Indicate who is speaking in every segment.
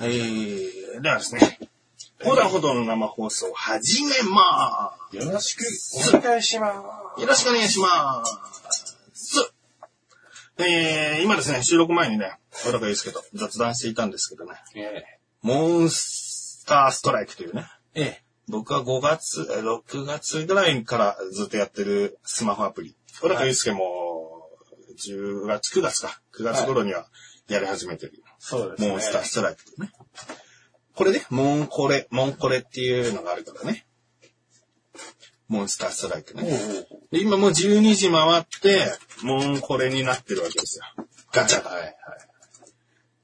Speaker 1: えー、ではですね、ほだほどの生放送始めま。
Speaker 2: よろしくお願いします
Speaker 1: よろしくお願いします。えー、今ですね、収録前にね、小高祐介と雑談していたんですけどね、
Speaker 2: す。え
Speaker 1: モンスターストライクというね、
Speaker 2: え。え
Speaker 1: 僕は5月、えー6月ぐらいからずっとやってるスマホアプリ。小高祐介も、10月、9月か。9月頃にはやり始めてる。
Speaker 2: そうですね。
Speaker 1: モンスターストライクとね。これね、モンコレ、モンコレっていうのがあるからね。モンスターストライクね。
Speaker 2: おう
Speaker 1: で今もう12時回って、モンコレになってるわけですよ。ガチャが。
Speaker 2: はいはい。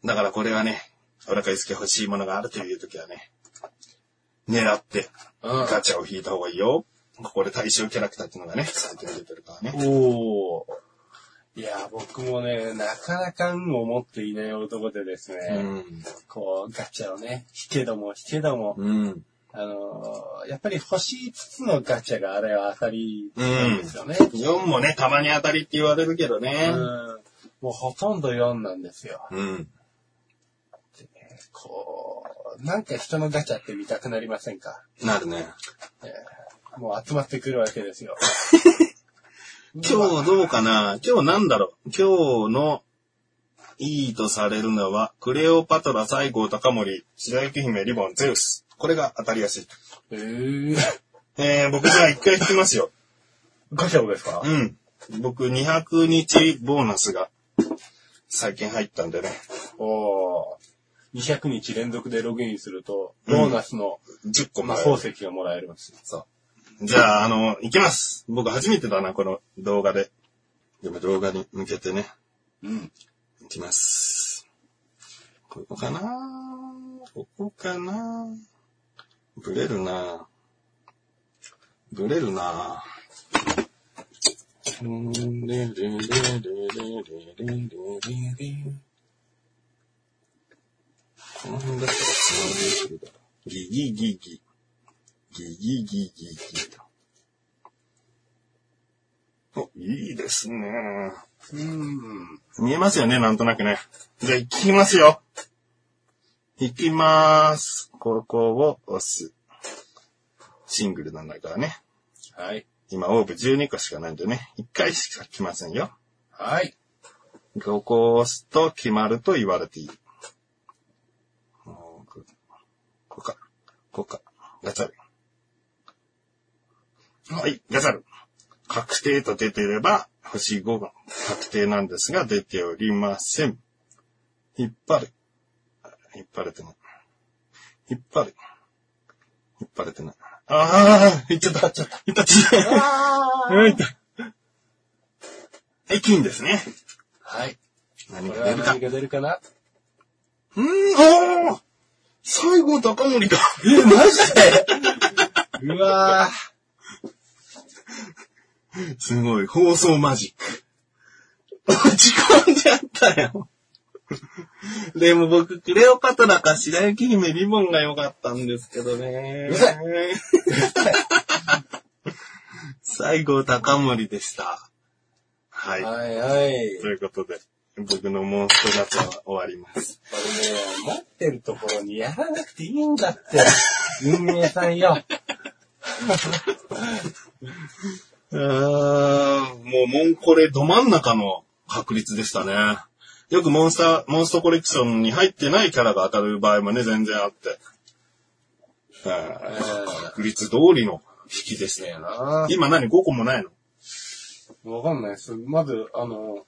Speaker 1: だからこれはね、お腹ゆすけ欲しいものがあるという時はね、狙って
Speaker 2: うん
Speaker 1: ガチャを引いた方がいいよ。ここで対象キャラクターっていうのがね、最近出てるからね。
Speaker 2: おお。いや、僕もね、なかなか運を持っていない男でですね、
Speaker 1: うん。
Speaker 2: こう、ガチャをね、引けども引けども、
Speaker 1: うん。
Speaker 2: あのーやっぱり欲しいつつのガチャがあれは当たりなんですよね。
Speaker 1: 4もね、たまに当たりって言われるけど
Speaker 2: う
Speaker 1: ね。
Speaker 2: んもうほとんど4なんですよ。
Speaker 1: うん。
Speaker 2: こう、なんか人のガチャって見たくなりませんか
Speaker 1: なるね。
Speaker 2: もう集まってくるわけですよ。
Speaker 1: 今日どうかな今日なんだろう今日のいいとされるのは、クレオパトラ、西郷隆盛、白雪姫、リボン、ゼウス。これが当たりやすい。
Speaker 2: えー、
Speaker 1: えー、僕じゃあ一回引きますよ。
Speaker 2: ガチャをですか
Speaker 1: うん。僕200日ボーナスが最近入ったんでね。
Speaker 2: おー200日連続でログインすると、ボーナスの
Speaker 1: 10個も
Speaker 2: 魔
Speaker 1: らえ
Speaker 2: 法
Speaker 1: る。
Speaker 2: 石がもらえます。
Speaker 1: そう。じゃあ、あの、行きます。僕初めてだな、この動画で。でも動画に向けてね。
Speaker 2: うん。
Speaker 1: いきます。ここかなここかなブレるなブレるなこの辺だったらつまんでいけるだろ。ギギギギ。ギギギギギと。お、いいですね。
Speaker 2: うん。
Speaker 1: 見えますよね、なんとなくね。じゃあ、行きますよ。行きまーす。ここを押す。シングルなんだからね。
Speaker 2: はい。
Speaker 1: 今、オーブ12個しかないんでね。1回しか来ませんよ。
Speaker 2: はい。
Speaker 1: ここを押すと決まると言われていい。もうここか。ここか。ガチャル。はい、ガチャル。確定と出てれば、星5番。確定なんですが、出ておりません。引っ張る。引っ張れてない。引っ張る。引っ張れてない。ああ、いっちゃった、いっちゃった。いっちゃった。 うん、いった。はい、金ですね。
Speaker 2: はい。
Speaker 1: 何
Speaker 2: これ
Speaker 1: が出
Speaker 2: は
Speaker 1: るか
Speaker 2: 何。が出るかな
Speaker 1: うーん、おー最後、高森だ。
Speaker 2: え、マジでうわぁ。
Speaker 1: すごい、放送マジック。落ち込んじゃったよ。でも僕、クレオパトラか白雪姫リボンが良かったんですけどね。
Speaker 2: うるさい
Speaker 1: 最後、高森でした。はい。
Speaker 2: はいはい。
Speaker 1: ということで、僕のモンストガチャは終わります。
Speaker 2: これね、持ってるところにやらなくていいんだって。運営さんよ。
Speaker 1: うーん、もうモンコレど真ん中の確率でしたね。よくモンスター、モンストコレクションに入ってないキャラが当たる場合もね、全然あって。はい確率通りの引きですね。
Speaker 2: わ
Speaker 1: 今何 ?5 個もないの
Speaker 2: かんないです。まず、あの、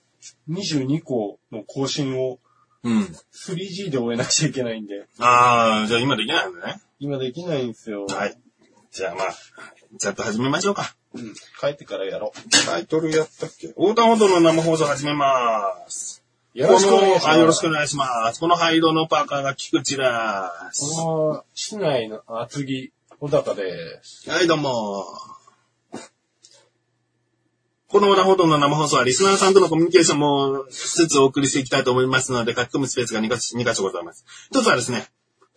Speaker 2: 22個の更新を
Speaker 1: うん。
Speaker 2: 3G で終えなくちゃいけないんで、
Speaker 1: あー、じゃあ今できないのね。
Speaker 2: 今できないんですよ。
Speaker 1: はい。じゃあまあ、ちゃんと始めましょうか。
Speaker 2: うん。帰ってからやろ
Speaker 1: タイトルやったっけ横断歩道の生放送始めます。
Speaker 2: う。よろしくお願いします。
Speaker 1: このあよろしくお願いします。この灰色のパーカーが菊池です。
Speaker 2: この、市内の厚木、小高です。
Speaker 1: はい、どうも。この裏報道の生放送はリスナーさんとのコミュニケーションもしつつお送りしていきたいと思いますので、書き込むスペースが2か所2箇所ございます。一つはですね、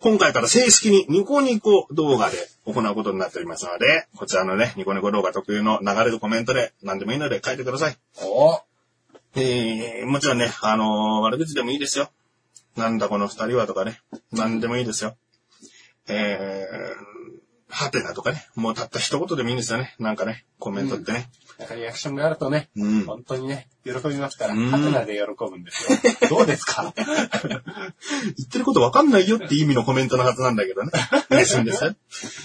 Speaker 1: 今回から正式にニコニコ動画で行うことになっておりますので、こちらのね、ニコニコ動画特有の流れるコメントで何でもいいので書いてください。
Speaker 2: お
Speaker 1: えー、もちろんね、あのー悪口でもいいですよ。なんだこの二人はとかね。なんでもいいですよ。えー、はてなとかね。もうたった一言でもいいんですよね。なんかね、コメントってね。
Speaker 2: なんかリアクションがあるとね、
Speaker 1: うん
Speaker 2: 本当にね、喜びますから、
Speaker 1: うん
Speaker 2: ハテナで喜ぶんです よ。どうですか
Speaker 1: 言ってることわかんないよって意味のコメントのはずなんだけどね。嬉しいんですよ。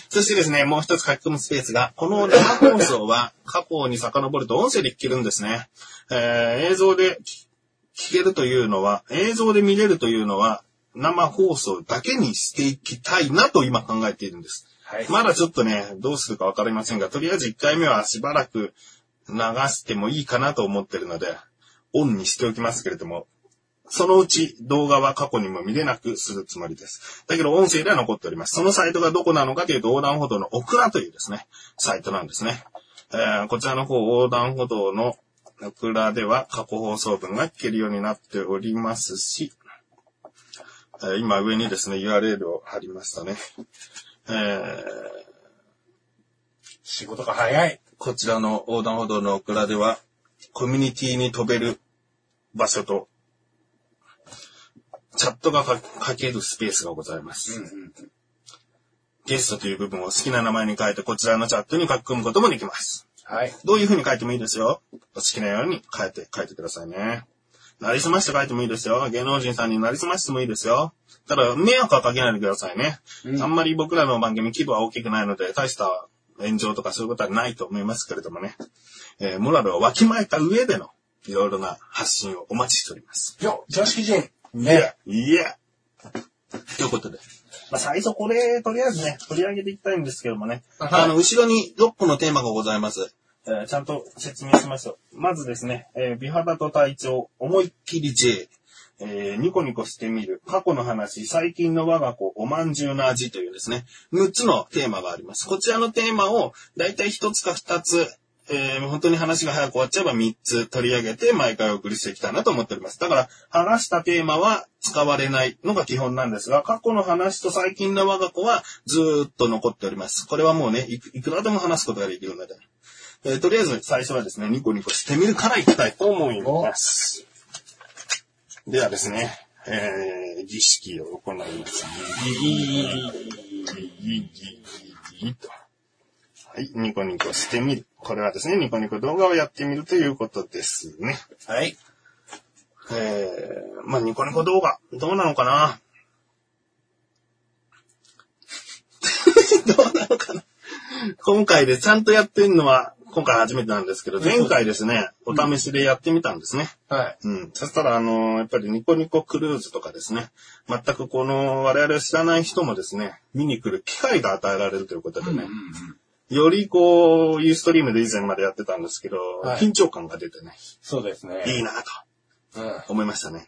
Speaker 1: そしてですね、もう一つ書き込むスペースが、この生放送は過去に遡ると音声で聞けるんですね。えー映像で聞聞けるというのは、映像で見れるというのは、生放送だけにしていきたいなと今考えているんです。
Speaker 2: はい。
Speaker 1: まだちょっとね、どうするかわかりませんが、とりあえず1回目はしばらく流してもいいかなと思ってるので、オンにしておきますけれども、そのうち動画は過去にも見れなくするつもりです。だけど音声では横っております。そのサイトがどこなのかというと、横断歩道のオクラというですね、サイトなんですね。えーこちらの方、横断歩道のオクラでは過去放送分が聞けるようになっておりますし、えー今上にですね、URL を貼りましたね。えー
Speaker 2: 仕事が早い。
Speaker 1: こちらの横断歩道のオクラでは、コミュニティに飛べる場所と、チャットがか書けるスペースがございます。ゲストという部分を好きな名前に変えて、こちらのチャットに書き込むこともできます。
Speaker 2: はい。
Speaker 1: どういう風に書いてもいいですよ。お好きなように書いて、書いてくださいね。なりすまして書いてもいいですよ。芸能人さんになりすましてもいいですよ。ただ、迷惑はかけないでくださいね。
Speaker 2: うん
Speaker 1: あんまり僕らの番組規模は大きくないので、大した炎上とかそういうことはないと思いますけれどもね。えーモラルをわきまえた上での、いろいろな発信をお待ちしております。
Speaker 2: よ、常識人。
Speaker 1: いや、いや。ということで。まあ、最初これ、とりあえずね、取り上げていきたいんですけどもね。
Speaker 2: はい
Speaker 1: あの、後ろに6個のテーマがございます。えーちゃんと説明しましょう。まずですね、えー美肌と体調、思いっきり J。えーニコニコしてみる、過去の話、最近の我が子、おまんじゅうの味というですね、6つのテーマがあります。こちらのテーマを、だいたい1つか2つ、えー本当に話が早く終わっちゃえば3つ取り上げて、毎回お送りしていきたいなと思っております。だから、話したテーマは使われないのが基本なんですが、過去の話と最近の我が子はずーっと残っております。これはもうね、いくいくらでも話すことができるので。えーとりあえず最初はですね、ニコニコしてみるからいきたいと思います。ではですね、えー、儀式を行います。ギギギギギギギと。はい、ニコニコしてみる。これはですね、ニコニコ動画をやってみるということですね。
Speaker 2: はい。
Speaker 1: えー、まあ、ニコニコ動画、どうなのかな どうなのかな今回でちゃんとやってんのは、今回初めてなんですけど、前回ですね、お試しでやってみたんですね。
Speaker 2: はい。
Speaker 1: うん。そしたら、あのーやっぱりニコニコクルーズとかですね、全くこの我々を知らない人もですね、見に来る機会が与えられるということでね、よりこう、ユーストリームで以前までやってたんですけど、
Speaker 2: はい
Speaker 1: 緊張感が出てね、
Speaker 2: そうですね。
Speaker 1: いいなと
Speaker 2: うん。
Speaker 1: 思いましたね。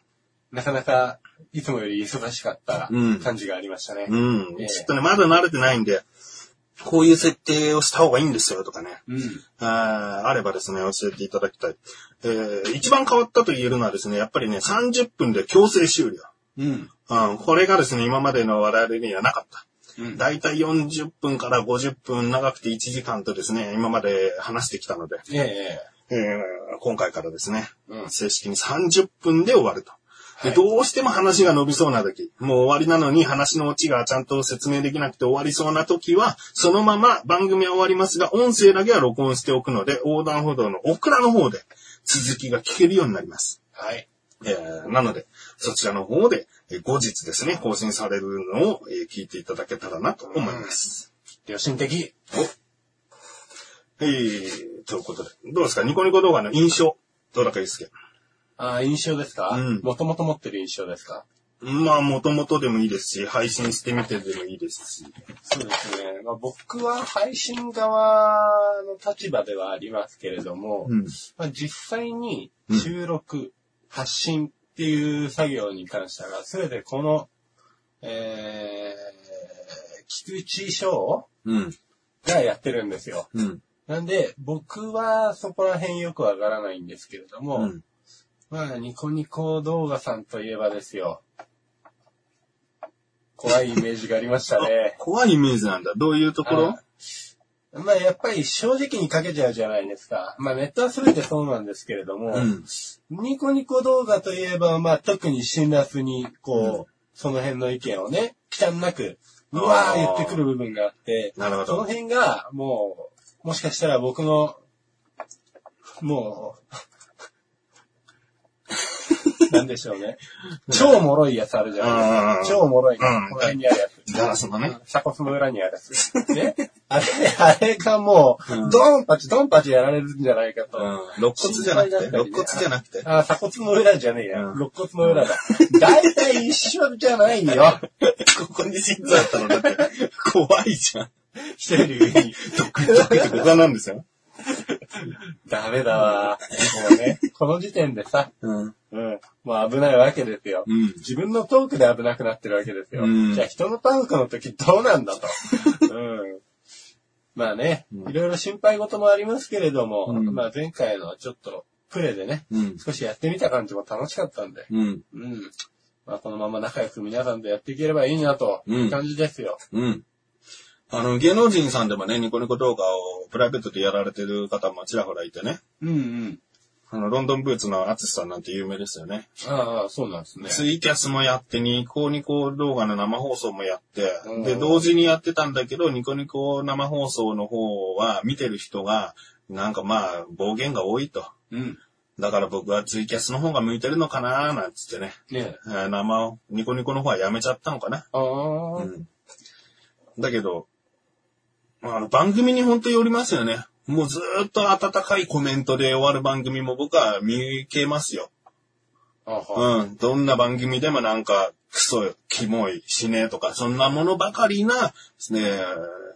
Speaker 2: なかなか、いつもより忙しかった
Speaker 1: うん
Speaker 2: 感じがありましたね。
Speaker 1: うん。
Speaker 2: ええ
Speaker 1: ちょっとね、まだ慣れてないんで、こういう設定をした方がいいんですよとかね、
Speaker 2: うん。
Speaker 1: あーあればですね、教えていただきたい。えー一番変わったと言えるのはですね、やっぱりね、30分で強制終了。
Speaker 2: うん。
Speaker 1: うん、これがですね、今までの我々にはなかった。
Speaker 2: うん
Speaker 1: だいたい40分から50分長くて1時間とですね、今まで話してきたので、
Speaker 2: ええ。
Speaker 1: えー今回からですね、
Speaker 2: うん
Speaker 1: 正式に30分で終わると。で
Speaker 2: はい
Speaker 1: どうしても話が伸びそうな時、もう終わりなのに話のオチがちゃんと説明できなくて終わりそうな時は、そのまま番組は終わりますが、音声だけは録音しておくので、横断歩道のオクラの方で続きが聞けるようになります。
Speaker 2: はい。
Speaker 1: えーなので、そちらの方で、えー後日ですね、更新されるのを、えー聞いていただけたらなと思います。
Speaker 2: 良心的。
Speaker 1: えー、ということで、どうですかニコニコ動画の印象、どうだかですけ
Speaker 2: ああ、印象ですか
Speaker 1: うん
Speaker 2: もともと持ってる印象ですか
Speaker 1: まあ、もともとでもいいですし、配信してみてでもいいですし。
Speaker 2: そうですね。まあ、僕は配信側の立場ではありますけれども、
Speaker 1: うん。
Speaker 2: まあ、実際に収録、発信っていう作業に関しては、すべてこの、えー、菊池翔
Speaker 1: うん。
Speaker 2: がやってるんですよ。
Speaker 1: うん。
Speaker 2: なんで、僕はそこら辺よくわからないんですけれども、
Speaker 1: うん。
Speaker 2: まあ、ニコニコ動画さんといえばですよ。怖いイメージがありましたね
Speaker 1: 。怖いイメージなんだ。どういうところ
Speaker 2: あまあやっぱり正直に書けちゃうじゃないですか。まあネットは全てそうなんですけれども、
Speaker 1: うん。
Speaker 2: ニコニコ動画といえば、まあ特に辛辣に、こう、その辺の意見をね、忌憚なく、うわ
Speaker 1: あ
Speaker 2: ー
Speaker 1: ー
Speaker 2: 言ってくる部分があって、
Speaker 1: なるほ
Speaker 2: その
Speaker 1: ど。
Speaker 2: 辺が、もう、もしかしたら僕の、もう、 なんでしょうね。超脆いやつあるじゃないですか。
Speaker 1: うん
Speaker 2: 超脆い。
Speaker 1: うん
Speaker 2: この辺にあるやつ。
Speaker 1: ガラスのね。
Speaker 2: 鎖骨の裏にあるやつ。ね。あれ、あれがも
Speaker 1: うん
Speaker 2: う、ドンパチドンパチやられるんじゃないか
Speaker 1: う
Speaker 2: と。
Speaker 1: ん。肋骨じゃなくて、
Speaker 2: 心配だった
Speaker 1: 肋
Speaker 2: りね
Speaker 1: 骨じゃなくて。
Speaker 2: あ、鎖骨の裏じゃねえや。
Speaker 1: うん
Speaker 2: 肋骨の裏だ。だいたい一緒じゃないよ。
Speaker 1: ここに心臓あったのだって、 怖いじゃん。
Speaker 2: 一人上に。
Speaker 1: 他なんですよ。
Speaker 2: ダメだわ。もうね、この時点でさ、
Speaker 1: うん。
Speaker 2: うん。もう危ないわけですよ。
Speaker 1: うん。
Speaker 2: 自分のトークで危なくなってるわけですよ。
Speaker 1: うん
Speaker 2: じゃあ人のトークの時どうなんだと。うん。まあね、
Speaker 1: うん
Speaker 2: いろいろ心配事もありますけれども、
Speaker 1: うん
Speaker 2: まあ前回のちょっとプレでね、
Speaker 1: うん。
Speaker 2: 少しやってみた感じも楽しかったんで、
Speaker 1: うん。
Speaker 2: うん。まあこのまま仲良く皆さんとやっていければいいなと、
Speaker 1: うん
Speaker 2: 感じですよ。
Speaker 1: うん。あの、芸能人さんでもね、ニコニコ動画をプライベートでやられてる方もちらほらいてね。
Speaker 2: うんうん。
Speaker 1: あの、ロンドンブーツのアツシさんなんて有名ですよね。
Speaker 2: ああ、そうなんですね。
Speaker 1: ツイキャスもやって、ニコニコ動画の生放送もやって
Speaker 2: う、ん
Speaker 1: で、同時にやってたんだけど、ニコニコ生放送の方は見てる人が、なんかまあ、暴言が多いと。
Speaker 2: うん。
Speaker 1: だから僕はツイキャスの方が向いてるのかなーなんつってね。
Speaker 2: ね
Speaker 1: え
Speaker 2: え。
Speaker 1: ー生を、ニコニコの方はやめちゃったのかな。
Speaker 2: ああ、
Speaker 1: うん。だけど、あの、番組に本当によりますよね。もうずーっと温かいコメントで終わる番組も僕は見受けますよ。
Speaker 2: あは
Speaker 1: うん。どんな番組でもなんか、クソ、キモい、死ねとか、そんなものばかりな、ね、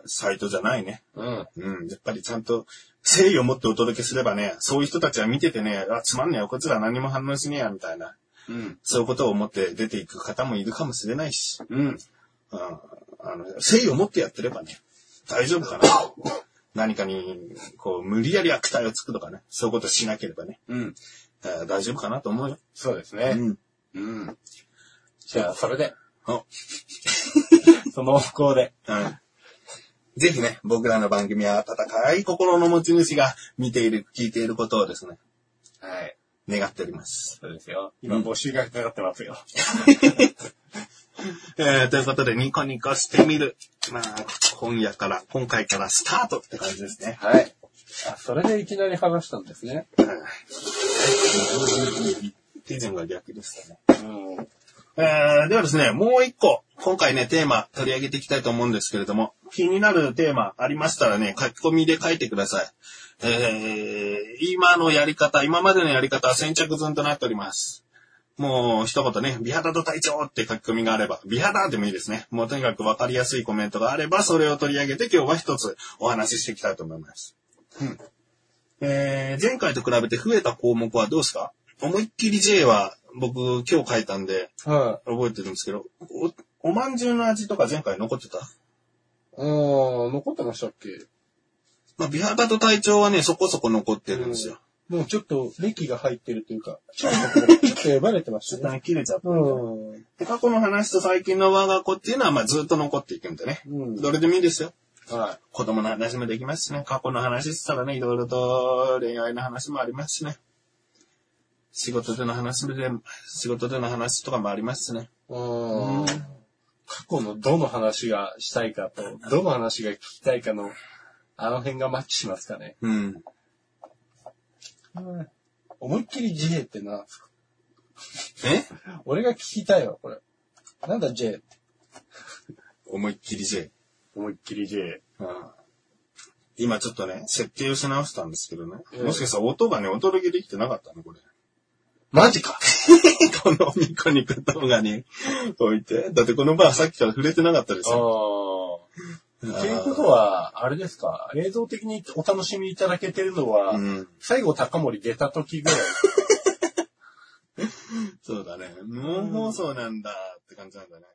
Speaker 1: サイトじゃないね。
Speaker 2: うん。
Speaker 1: うん。やっぱりちゃんと、誠意を持ってお届けすればね、そういう人たちは見ててね、あ、つまんねえよ、こいつら何も反応しねえや、みたいな。
Speaker 2: うん。
Speaker 1: そういうことを思って出ていく方もいるかもしれないし。
Speaker 2: うん。
Speaker 1: うんあの、誠意を持ってやってればね、大丈夫かな。何かに、こう、無理やり悪態をつくとかね、そういうことしなければね、
Speaker 2: うん。
Speaker 1: えー大丈夫かなと思うよ。
Speaker 2: そうですね。
Speaker 1: ん。
Speaker 2: うん。じゃあ、それで。
Speaker 1: お
Speaker 2: その不幸で。
Speaker 1: うん。ぜひね、僕らの番組は温かい心の持ち主が見ている、聞いていることをですね、
Speaker 2: はい。
Speaker 1: 願っております。
Speaker 2: そうですよ。今、
Speaker 1: うん
Speaker 2: 募集がかかってますよ。
Speaker 1: えーということで、ニコニコしてみる。まあ、今夜から、今回からスタートって感じですね。
Speaker 2: はい。あ、それでいきなり話したんですね。
Speaker 1: はい手順が逆でしたね。
Speaker 2: うん。
Speaker 1: えーではですね、もう一個、今回ね、テーマ取り上げていきたいと思うんですけれども、気になるテーマありましたらね、書き込みで書いてください。えー今のやり方、今までのやり方は先着順となっております。もう一言ね、美肌と体調って書き込みがあれば、美肌でもいいですね。もうとにかくわかりやすいコメントがあれば、それを取り上げて今日は一つお話ししていきたいと思います。えー前回と比べて増えた項目はどうですか思いっきり J は僕今日書いたんで、
Speaker 2: は
Speaker 1: 覚えてるんですけど、お、おまんじゅうの味とか前回残ってた
Speaker 2: い。うん、残ってましたっけ
Speaker 1: まあ、美肌と体調はね、そこそこ残ってるんですよ。
Speaker 2: もうちょっと、歴が入ってるというか、ちょっと、ちょっと呼ばれてまし
Speaker 1: ちょっ と。ね、切れちゃった。
Speaker 2: うん。うん。
Speaker 1: で過去の話と最近の我が子っていうのは、まあ、ずっと残っていくんでね。どれでもいいですよ。
Speaker 2: は
Speaker 1: 子供の話もできますしね。過去の話したらね、いろいろと恋愛の話もありますしね。仕事での話もで、仕事での話とかもありますしね。
Speaker 2: い。うん。過去のどの話がしたいかと、どの話が聞きたいかの、あの辺がマッチしますかね。
Speaker 1: うん。
Speaker 2: 思いっきり J ってなんですか
Speaker 1: え
Speaker 2: 俺が聞きたいわ、これ。なんだ J って。
Speaker 1: 思いっきり J。
Speaker 2: 思いっきり J。
Speaker 1: うん今ちょっとね、設定をし直したんですけどね。
Speaker 2: ええ
Speaker 1: もしかしたら音がね、お届けできてなかったの、これ。
Speaker 2: マジか
Speaker 1: このニコニコ動画に 置いて。だってこのバーさっきから触れてなかったで
Speaker 2: あ
Speaker 1: す
Speaker 2: あ
Speaker 1: よ。
Speaker 2: ー。ということは、あれですか、映像的にお楽しみいただけてるのは、
Speaker 1: うん。
Speaker 2: 最後高森出た時ぐらい。
Speaker 1: そうだね。無音放送なんだって感じなんだね。